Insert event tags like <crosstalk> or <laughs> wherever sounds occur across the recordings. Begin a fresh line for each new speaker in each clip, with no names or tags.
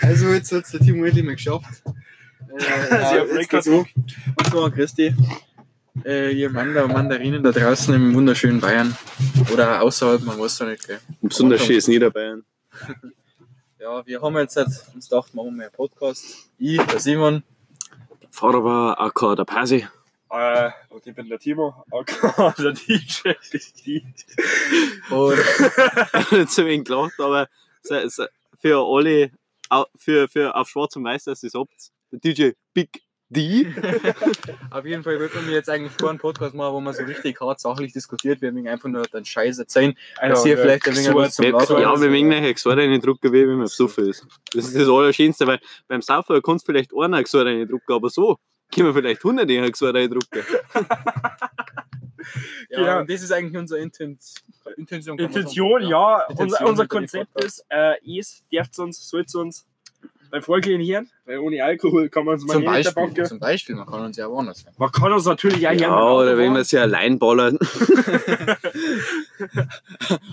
Also, jetzt hat es der Timo endlich mal <laughs> geschafft. Äh,
Sie
ja,
haben
jetzt geht's
Rekord.
hoch. Und zwar, Christi, äh, ihr Wander und Mandarinen da draußen im wunderschönen Bayern. Oder außerhalb, man weiß ja nicht. Gell.
Besonders schön ist Niederbayern.
Ja, wir haben jetzt halt, uns gedacht, machen wir einen Podcast. Ich, der Simon.
Fahrer war AK der Pasi.
Äh, und ich bin der Timo, <laughs> aka der DJ.
<laughs> Und
<laughs> Nicht so wenig gelacht, aber se- se- für alle, au- für, für auf Schwarz und Weiß, dass ihr es habt, der DJ Big D.
auf jeden Fall wollten wir jetzt eigentlich vor einen Podcast machen, wo man so richtig hart sachlich diskutiert. Wir haben ihn einfach nur den Scheiß erzählen.
Also,
Dass
äh,
ihr vielleicht ein wenig was zum
Wir-
Labern
Ja,
habt.
wir mögen nachher gesagt einen Druck geben, wenn man besoffen ist. Das ist das Allerschönste, weil beim Saufen kannst du vielleicht einer gesagt einen drucken, aber so können wir vielleicht hunderte gesagt einen drucken.
Ja,
Genau.
und das ist eigentlich unsere Inten Intention. kann man sagen.
Intention, ja,
Intention
unser, unser
hinter dem
Konzept
Podcast.
ist, äh, es dürft uns, sollt uns bei Vollgehen hören, weil ohne Alkohol kann man uns mal
Zum
nicht in der Bank
Beispiel,
gehen.
zum Beispiel, man kann uns ja auch anders sein.
Man kann uns natürlich auch hören. wenn
Ja, genau.
man
oder
Auto
wenn wir
fahren.
sie allein <laughs> ballern.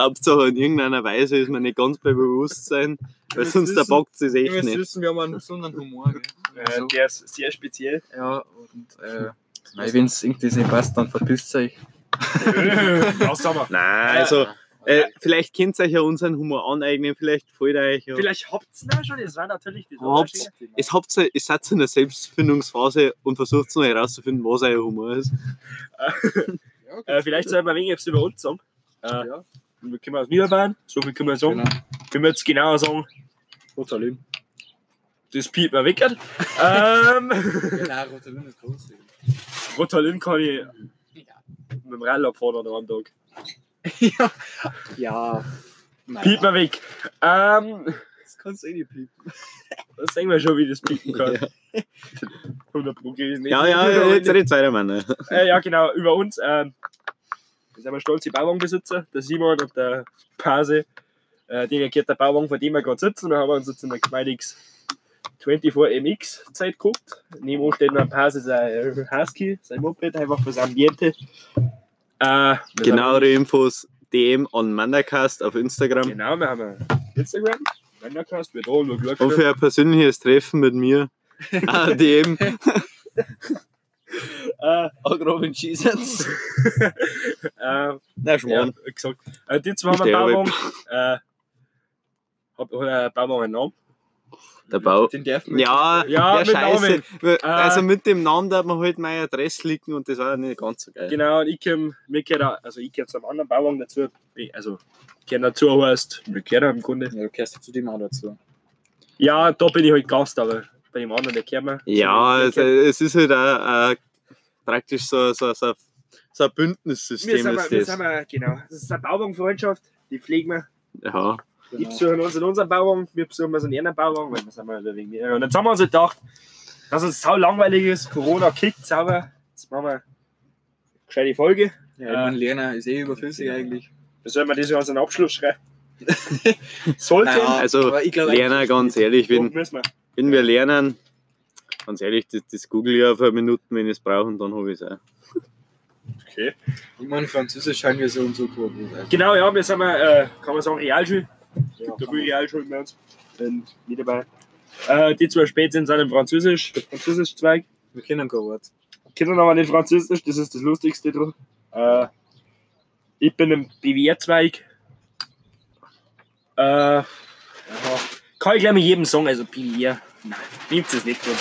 Hauptsache in irgendeiner Weise ist man nicht ganz bei Bewusstsein, weil
müsst
sonst
wissen-
erbockt es
Ihr
echt
müsst
nicht.
wissen, wir haben einen besonderen Humor. <laughs> Gell?
äh,
Also,
Der ist sehr
<laughs>
speziell.
ja, und äh, wenn es irgendwas nicht passt, dann verpisst euch.
Äh, <laughs> Ausdauer.
Nein,
Äh,
also äh, vielleicht könnt ihr euch ja unseren Humor aneignen, vielleicht fällt euch ja.
Vielleicht habt ihr ihn auch schon, das war natürlich die
Habt's. Es habt ihr, ihr seid in der Selbstfindungsphase und versucht noch herauszufinden, was euer Humor ist.
Äh, vielleicht sollten wir ein wenig etwas über uns sagen. Äh,
Ja.
Wir können aus Niederbayern, so viel können wir sagen.
Genau.
Können wir jetzt genauer sagen, unser Leben. Das piept mir weg. ähm,
Ja, nein, Rotalin ist groß.
Rotalin kann ich mit dem Rall abfahren an einem Tag.
Ja. Naja,
Piept mir weg. Ähm,
Das kannst du eh nicht piepen.
das sehen wir schon, wie das piepen kann. <laughs> 100 Pro geht es nicht.
Ja, ja, ja, jetzt redet weiter, Mann.
Äh, ja, genau, über uns. Ähm, wir sind mal stolz, die Bauwagenbesitzer, der Simon und der Pase. Äh, denen gehört der Bauwagen, von dem wir gerade sitzen. Da haben wir uns jetzt in der Kneidex 24MX Zeit geguckt. Nebenan steht noch ein Pase, sein äh, Husky, sein Moped, einfach fürs Ambiente. Äh,
Genauere Infos DM on Mandacast auf Instagram.
Genau, wir haben ein Instagram, Wandercast, wird auch nur
Und
geschaut.
für ein persönliches Treffen mit mir. Ah, DM.
Äh, <laughs>
<laughs>
Agrobin Jesus.
äh,
Na,
ja,
Schmarrn.
wie gesagt. Äh, die zwei haben einen
Steh aber.
Bauwagen. Äh, hat, hat ein Bauwagen einen Namen?
Der Bau.
Den darf man
Ja,
Ja,
ja,
mit
scheiße. Weil-
Äh.
Also mit dem Namen darf man halt meine Adresse liegen und das war nicht ganz so geil.
Genau, und ich komme, mir gehört auch, also ich gehöre zu einem anderen Bauwagen dazu, ich- also gehört dazu heißt, mir gehört auch im Grunde.
Ja, du gehörst ja zu dem auch dazu.
Ja, da bin ich halt Gast, aber bei dem anderen, der gehört mir.
Ja,
Mir
es,
gehört-
es ist halt auch, äh, praktisch so, so, so, so ein
wir
Bündnissystem
sind, wir, wir
ist das.
sind wir, genau. Das ist eine Bauwagenfreundschaft, die pflegen wir.
Ja.
Die
Genau.
besuchen uns in unserem Bauwagen, wir besuchen uns in ihren Bauwagen, weil wir sind mal wegen mir. Und jetzt haben wir uns halt gedacht, dass uns sau langweilig ist, Corona kickt sauber. Jetzt machen wir eine gescheite Folge.
Ja, ich mein, Lerner ist eh überflüssig eigentlich.
Wir sollen wir das ja als einen Abschluss
<laughs>
schreiben. Sollte.
Naja,
Also,
aber ich glaub eigentlich
Lerner,
nicht.
ganz ehrlich,
Doch,
wenn,
müssen wir.
wenn wir lernen, ganz ehrlich, das, das google ich auf eine Minute, wenn ich es brauche und dann habe ich es auch.
Okay.
Ich meine, Französisch scheinen wir so und so gut. Also,
Genau, ja, wir sind mal, äh, kann man sagen, Realschule.
ja,
Da will Realschule bei uns. Und mit dabei. Äh, die zwei spät sind, sind im Französisch, der Französisch-Zweig.
wir kennen kein Wort.
Kinder aber nicht Französisch, das ist das Lustigste dran. Äh, ich bin im BWR-Zweig. Äh, aha. kann ich gleich mit jedem sagen, also BWR. Nein, nehmt es nicht dran.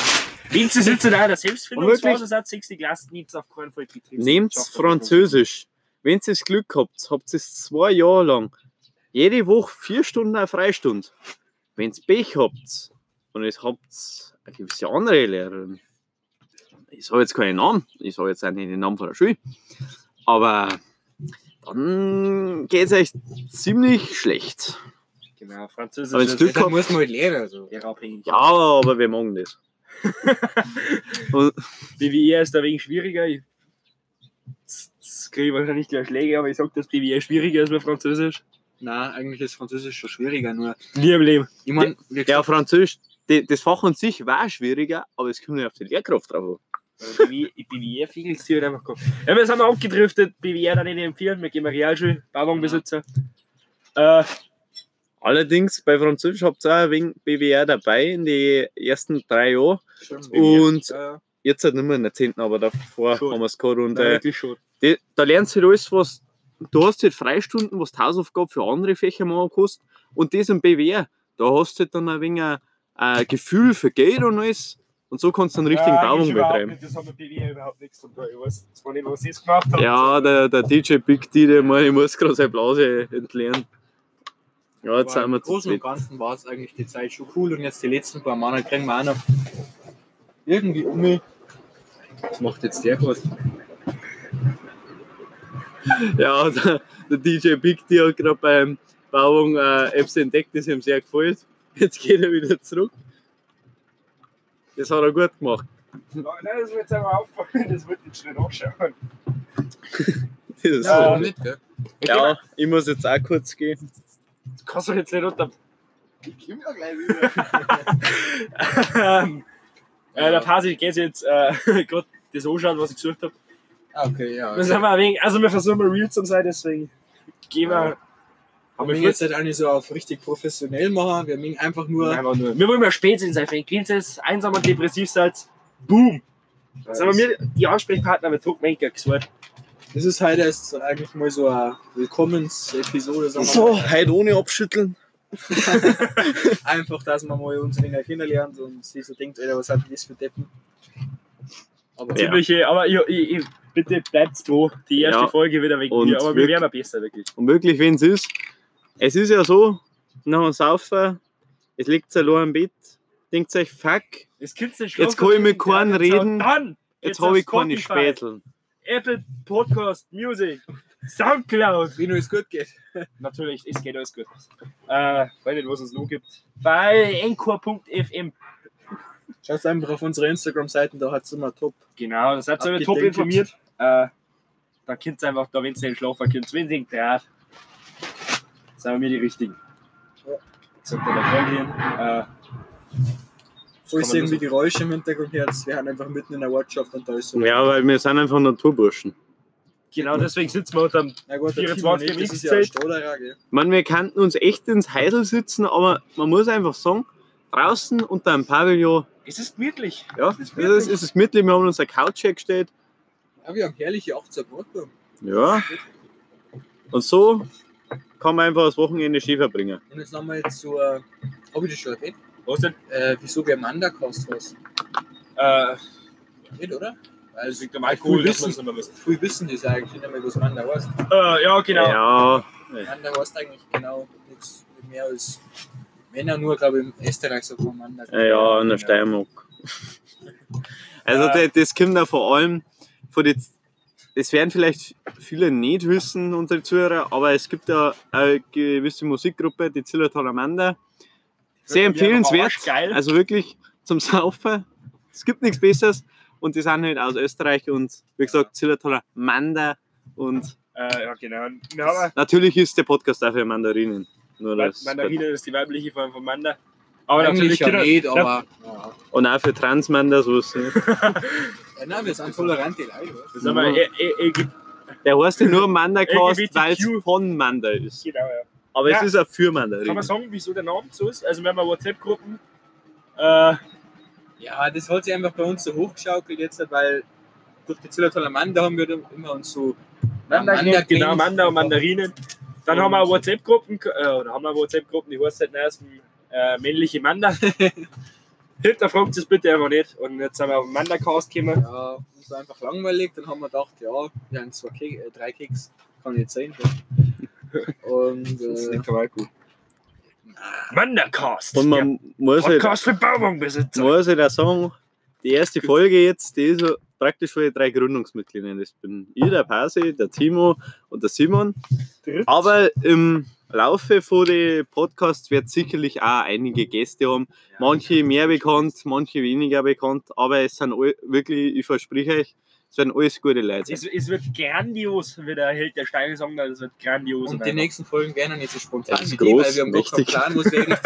Nehmt es jetzt in einer Selbstfindungsphase,
Wirklich?
seit 60 Klasse, nehmt es auf keinen Fall Betriebs.
Nehmt Französisch. Wenn ihr Glück habt, habt ihr es zwei Jahre lang. Jede Woche vier Stunden eine Freistunde. Wenn ihr Pech habt und es habt eine gewisse andere Lehrerin, ich sage jetzt keinen Namen, ich sage jetzt auch nicht den Namen von der Schule, aber dann geht es euch ziemlich schlecht.
Genau,
Aber wenn's
Französisch
Glück
ist
Da muss man halt lernen. So.
lehrabhängig.
Ja, aber wir machen das. und
BWR E ist da wegen schwieriger. Ich z- z- kriege ich wahrscheinlich gleich Schläge, aber ich sag, dass BWR schwieriger ist bei Französisch.
Nein, eigentlich ist Französisch schon schwieriger. Nur,
Nie im Leben.
ich meine, wir
ja, Französisch, die- das Fach an sich war schwieriger, aber es kommt nicht auf die Lehrkraft drauf an.
E, BWR fiegelst hier einfach kommen. Ja, wir sind mal E abgedriftet. BWR dann nicht empfehlen. Wir gehen mal Realschule, Bauwagenbesitzer. Äh,
Allerdings bei Französisch habt ihr auch ein wenig BWR dabei in den ersten drei Jahren.
Stimmt.
Und
äh,
Ja, ja.
jetzt halt nicht mehr in der 10. aber davor
Schon.
haben wir es gehabt. Und
Nein,
äh,
wirklich schon.
die, da lernst du halt alles, was du hast halt Freistunden, was du Hausaufgaben für andere Fächer machen kannst. Und das im BWR, da hast du halt dann ein wenig ein, ein Gefühl für Geld und alles. Und so kannst du einen richtigen
Ja,
Bauung
ich Äh, überhaupt
betreiben.
nicht, Das hat mit BWR E überhaupt nichts zu tun. Ich weiß zwar nicht, was ich es gemacht habe.
Ja, der, der DJ Big D, der mal, ich muss gerade seine Blase entleeren. Ja, jetzt
Aber
sind
Im
wir zu
Großen und
zweit.
Ganzen war es eigentlich die Zeit schon cool und jetzt die letzten paar Monate kriegen wir auch noch irgendwie um. Was macht jetzt der was?
Ja, der, der DJ Big D hat gerade beim Bauung äh, Apps entdeckt, das ihm sehr gefällt. Jetzt geht er wieder zurück. Das hat er gut gemacht.
Nein, das wird jetzt aber auffallen, das wird jetzt schnell anschauen.
Das ist
Ja,
so.
aber
nicht, gell?
Ja, ich muss jetzt auch kurz gehen.
Das kannst du jetzt nicht unter. <laughs>
Ich komme ja gleich wieder. <laughs>
Ähm, äh,
Ja.
der Pasi geht jetzt äh, <laughs> gerade das anschauen, was ich gesucht habe.
Ah, Okay, ja.
Wir sind mal ein wenig, also wir versuchen mal real zu sein, deswegen gehen wir.
Ja.
Aber
wir
wir,
müssen jetzt halt auch nicht so auf richtig professionell machen. Wir müssen einfach nur.
Einfach nur. wir wollen mal Spätsinn sein, wenn ihr es einsam und depressiv seid, boom! Das haben wir die Ansprechpartner mit Druckmaker gesucht.
Das ist heute erst eigentlich mal so eine Willkommensepisode. sagen wir mal.
So, heute ohne abschütteln.
Einfach, dass man mal unsere Kinder lernt und sie so denkt, Alter, was hat denn das für Deppen? Aber
Ja.
Ziemliche, aber ich, ich, ich, bitte bleibt dran. Die erste
Ja.
Folge wieder wegen
Und
mir, aber
wirk-
wir werden auch besser, wirklich.
Und wirklich, wenn es ist, es ist ja so, nach dem Saufen, es liegt allein im Bett, denkt euch, fuck,
Das kannst du nicht schlafen,
Jetzt kann ich mit
das ist
keinem
der- jetzt-
reden.
Dann!
jetzt
Jetzt
habe
auf
ich keine
Spotify.
Späteln.
Apple Podcast Music, Soundcloud.
Wie nur es gut geht.
Natürlich, es geht alles gut. Äh, weiß nicht, was es noch gibt. Bei encore.fm.
Schaut einfach auf unsere Instagram-Seiten, da hat es immer top.
Genau, da seid ihr immer top
Abgedenkt.
informiert. Äh, da könnt ihr einfach, da wenn ihr nicht schlafen könnt, wenn ihr drauf, sind wir die Richtigen.
Ja.
Sollte da vorgehen. Äh,
Falls
kann man
irgendwie
so-
Geräusche im Hintergrund hört, wir haben einfach mitten in der Ortschaft und da ist so.
Ja, weil wir sind einfach Naturburschen.
genau deswegen sitzen wir unter dem
Na gut, der
24
Timo nicht, das ist ja
Mixtape.
ein Stollerer, gell?
Man, wir könnten uns echt ins Heisel sitzen, aber man muss einfach sagen, draußen unter einem Pavillon,
Es ist gemütlich.
ja, das ist, das ist gemütlich, wir haben uns eine Couch hergestellt.
Ja, Ah, wir haben herrliche 18 Brotbaum.
Ja. Und so kann man einfach das Wochenende schön verbringen.
Und jetzt nochmal zur. Hab ich das schon erwähnt?
Was denn?
Äh, wieso wir Mandakast hast?
Äh,
Nicht, oder? Weil
das
sie
liegt am Alkohol,
Früh
dass man es
wissen,
nicht mehr wissen.
früh wissen das eigentlich nicht mehr, was Manda heißt.
Äh, ja, genau.
Ja,
Manda heißt eigentlich genau nichts mehr als. Wenn er nur, glaube ich, im Österreich sagt man Manda.
Ja, in der Steiermark. Also das, das kommt ja vor allem von den, das werden vielleicht viele nicht wissen, unsere Zuhörer, aber es gibt ja eine gewisse Musikgruppe, die Zilla Amanda. Sehr
Die haben
empfehlenswert,
arschgeil.
also wirklich zum Saufen. Es gibt nichts Besseres und die sind halt aus Österreich und wie gesagt, Zilla Amanda und
Äh, ja, genau. Wir haben
natürlich ist der Podcast auch für Mandarinen. Nur das
Mandarine ist die weibliche Form von Manda. Aber
Eigentlich
natürlich
ja
Kinder-
nicht, aber. Ja.
und auch für Transmanda, so ist es.
Ja, nein, wir sind tolerante Leute. weißt du?
Das haben wir,
Ja.
äh, äh, äh, gibt-
Der heißt ja
<laughs>
nur Mandacast,
LGBTQ.
weil es von Manda ist.
genau, ja.
Aber
Ja.
es ist auch für
Kann man
Mandarin.
sagen, wieso der Name so ist? Also, wir haben eine WhatsApp-Gruppen. Äh,
Ja, das hat sich einfach bei uns so hochgeschaukelt jetzt, weil durch die Zillertaler Manda haben wir da immer uns so.
Manda,
Mandarinen-
genau, Manda und Mandarinen. Dann haben wir auch WhatsApp-Gruppen, äh, oder haben wir WhatsApp-Gruppen, die heißt halt erstens äh, männliche Manda. <laughs> Hinterfragt es bitte einfach nicht. Und jetzt sind wir auf den Manda-Cast gekommen.
Ja, uns war einfach langweilig. Dann haben wir gedacht, ja, wir haben zwei Ke äh, drei Keks, kann nicht sein. gell? Und äh,
dabei gut. Manda-Cast!
Und man muss
der
halt,
Podcast für Bauwagenbesitzer.
muss halt auch sagen, die erste Folge jetzt, die ist so praktisch von den drei Gründungsmitgliedern. Das bin ich, der Pasi, der Timo und der Simon. Aber im Laufe von den Podcasts wird sicherlich auch einige Gäste haben. Manche mehr bekannt, manche weniger bekannt. Aber es sind all, wirklich, ich verspreche euch, es werden alles gute Leute.
Es,
sein.
es wird grandios, wie der Held der Steine sagen, das wird grandios.
und die
einfach.
nächsten Folgen werden dann nicht so spontan
Das ist
wie die,
groß,
weil wir haben gar keinen
mächtig.
Plan, was wir eigentlich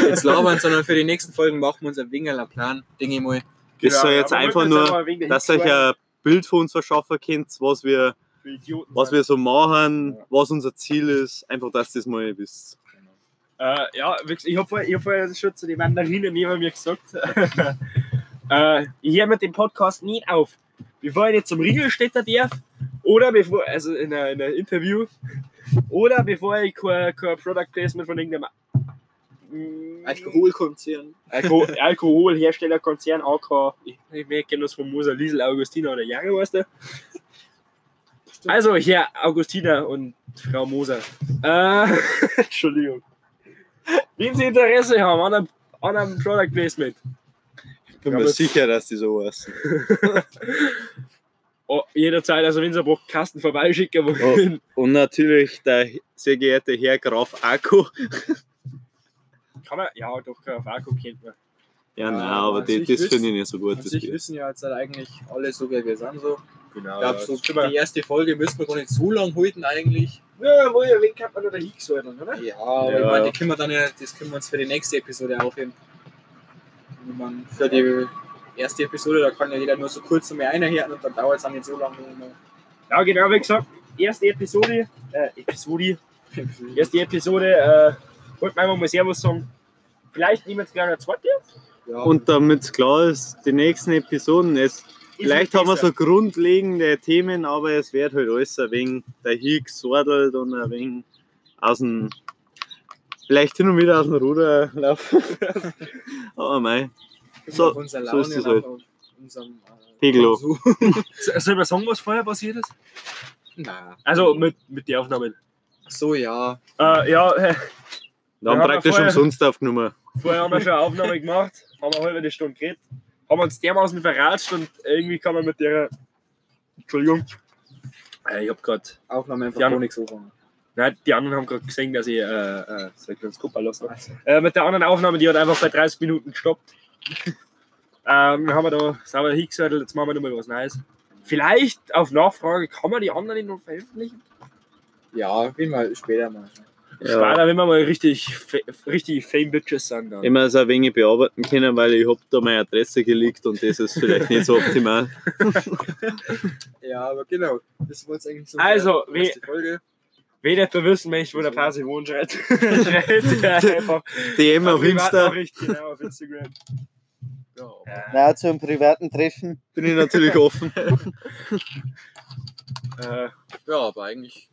da jetzt labern, sondern für die nächsten Folgen machen wir uns ein Wingerler Plan, denke ich mal.
Das soll jetzt
aber wir
einfach
wollten
nur,
aber wegen der
Dass ihr euch
Hitschweine
ein Bild von uns verschaffen könnt, was wir
für Idioten
was
sind.
wir so machen,
Ja.
was unser Ziel ist, einfach, dass ihr das mal wisst.
Äh, ja, wie gesagt, ich habe vorher, ich hab vorher schon zu den Mandarinen neben mir gesagt, <laughs> äh, ich höre mir den Podcast nicht auf. Bevor ich nicht zum Riegel stetter darf, oder bevor, also in einem Interview, oder bevor ich kein, kein Product Placement von irgendeinem Mm,
Alkoholkonzern.
Alko Alkoholherstellerkonzern AK. Ich, ich merke das von Moser Liesel, Augustiner oder Jange, weißt du? Also hier, Augustiner und Frau Moser. Äh, <laughs> Entschuldigung. Wenn Sie Interesse haben an einem, an einem Product Placement,
Ich bin mir
Aber-
sicher, dass die sowas.
oh, jederzeit, also wenn Sie einen Kasten vorbeischicken wollen,
Und natürlich der sehr geehrte Herr Graf Akku.
kann man, ja, doch, auf Akku kennt man.
Ja, nein,
Ja,
aber
an
die,
sich
das
wisst-
finde Äh, also ich nicht so gut.
An
das
sich
Bier.
wissen ja jetzt halt eigentlich alle so, wer wir sind. So.
Genau.
Ich glaube, so die erste Folge müssen wir gar nicht so lang halten eigentlich.
ja, wo ihr wen kann man da hingesäudeln, oder?
Ja, aber
Ja.
ich meine, die können wir dann ja, das können wir uns für die nächste Episode aufheben. Ich meine, für die erste Episode, da kann ja jeder nur so kurz einmal einhören und dann dauert es auch nicht so lange.
<laughs>
Ja, genau, wie gesagt, erste Episode, äh, Episode, erste Episode, äh, wollten wir einfach mal Servus sagen. Vielleicht nehmen wir jetzt gleich eine zweite.
Ja,
Und damit es klar ist, die nächsten Episoden, es,
Ist nicht
vielleicht haben wir
besser.
so grundlegende Themen, aber es wird halt alles ein wenig dahin gesordelt und ein wenig aus dem, vielleicht hin und wieder aus dem Ruder <laughs> laufen. aber mei, so-
auf unsere
so ist
Laune
das
und
halt.
auf unserem äh, <laughs>
Pegelo.
Konsum.
So- Sollen wir sagen, was vorher passiert ist?
Na,
Also mit, mit den Aufnahmen.
so ja.
Äh, ja, äh,
dann
Ja, aber
praktisch
vorher-
umsonst aufgenommen.
<laughs> vorher haben wir schon eine Aufnahme gemacht, haben eine halbe Stunde geredet, haben uns dermaßen verratscht und irgendwie kann man mit der. Entschuldigung. Äh, ich hab grad.
Aufnahme einfach
Ja.
ne?
gar nichts anfangen.
Nein, die anderen haben gerade gesehen, dass ich. Äh, äh, soll ich uns Kupfer lassen?
Also,
Äh, mit der anderen Aufnahme, die hat einfach bei 30 Minuten gestoppt. ähm, haben wir da sauber hingesattelt, jetzt machen wir nochmal was Neues. Vielleicht auf Nachfrage kann man die anderen noch veröffentlichen.
ja, gehen wir später mal.
Ja. Später, wenn wir mal richtig, fa- richtig Fame Bitches sind. Dann.
Immer so ein wenig bearbeiten können, weil ich hab da meine Adresse geleakt und das ist vielleicht <laughs> nicht so optimal.
Ja, aber genau. Das war jetzt eigentlich so
Also,
die
wie-
erste Folge.
Wen etwa wissen möchte, wo der Pasi wohnt, <laughs> schreibt. schreibt er
<laughs>
einfach.
DM auf Insta.
Privatnachricht, Genau, auf
<laughs>
Instagram.
Ja.
Ja,
Na, zu einem privaten Treffen bin ich natürlich offen.
äh,
ja, aber eigentlich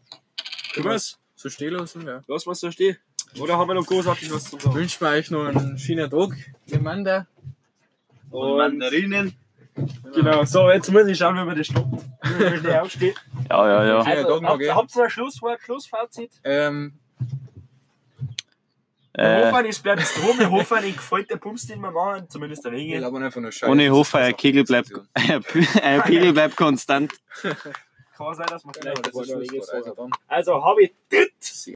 können wir's?
so stehen lassen, ja.
Lass mal's da stehen. Oder haben wir noch großartig was zu sagen?
Wünschen wir euch noch einen schönen Tag, ihr Manda.
Mandarinen.
Genau, so, jetzt muss ich schauen, wenn man das stoppt.
<laughs>
Wenn der aufsteht.
Ja, ja, ja.
Ja, doch
Also,
noch,
habt,
gell?
habt ihr ein Schlusswort, Schlussfazit?
Ähm,
Äh.
Äh.
Hofern ist bleibt drum, wir hoffen, ich gefällt der Pumps, den wir machen, zumindest der
wir
Wege.
labern einfach nur Scheiße.
Äh, Ohne Hofer, ein Kegel bleibt, ein P- <laughs> ein Pegel bleibt konstant.
Kann sein, dass wir
Genau,
vielleicht
das ist
vorne
Schlusswort.
Wege
Also
sagen.
dann.
Also, habe ich dritt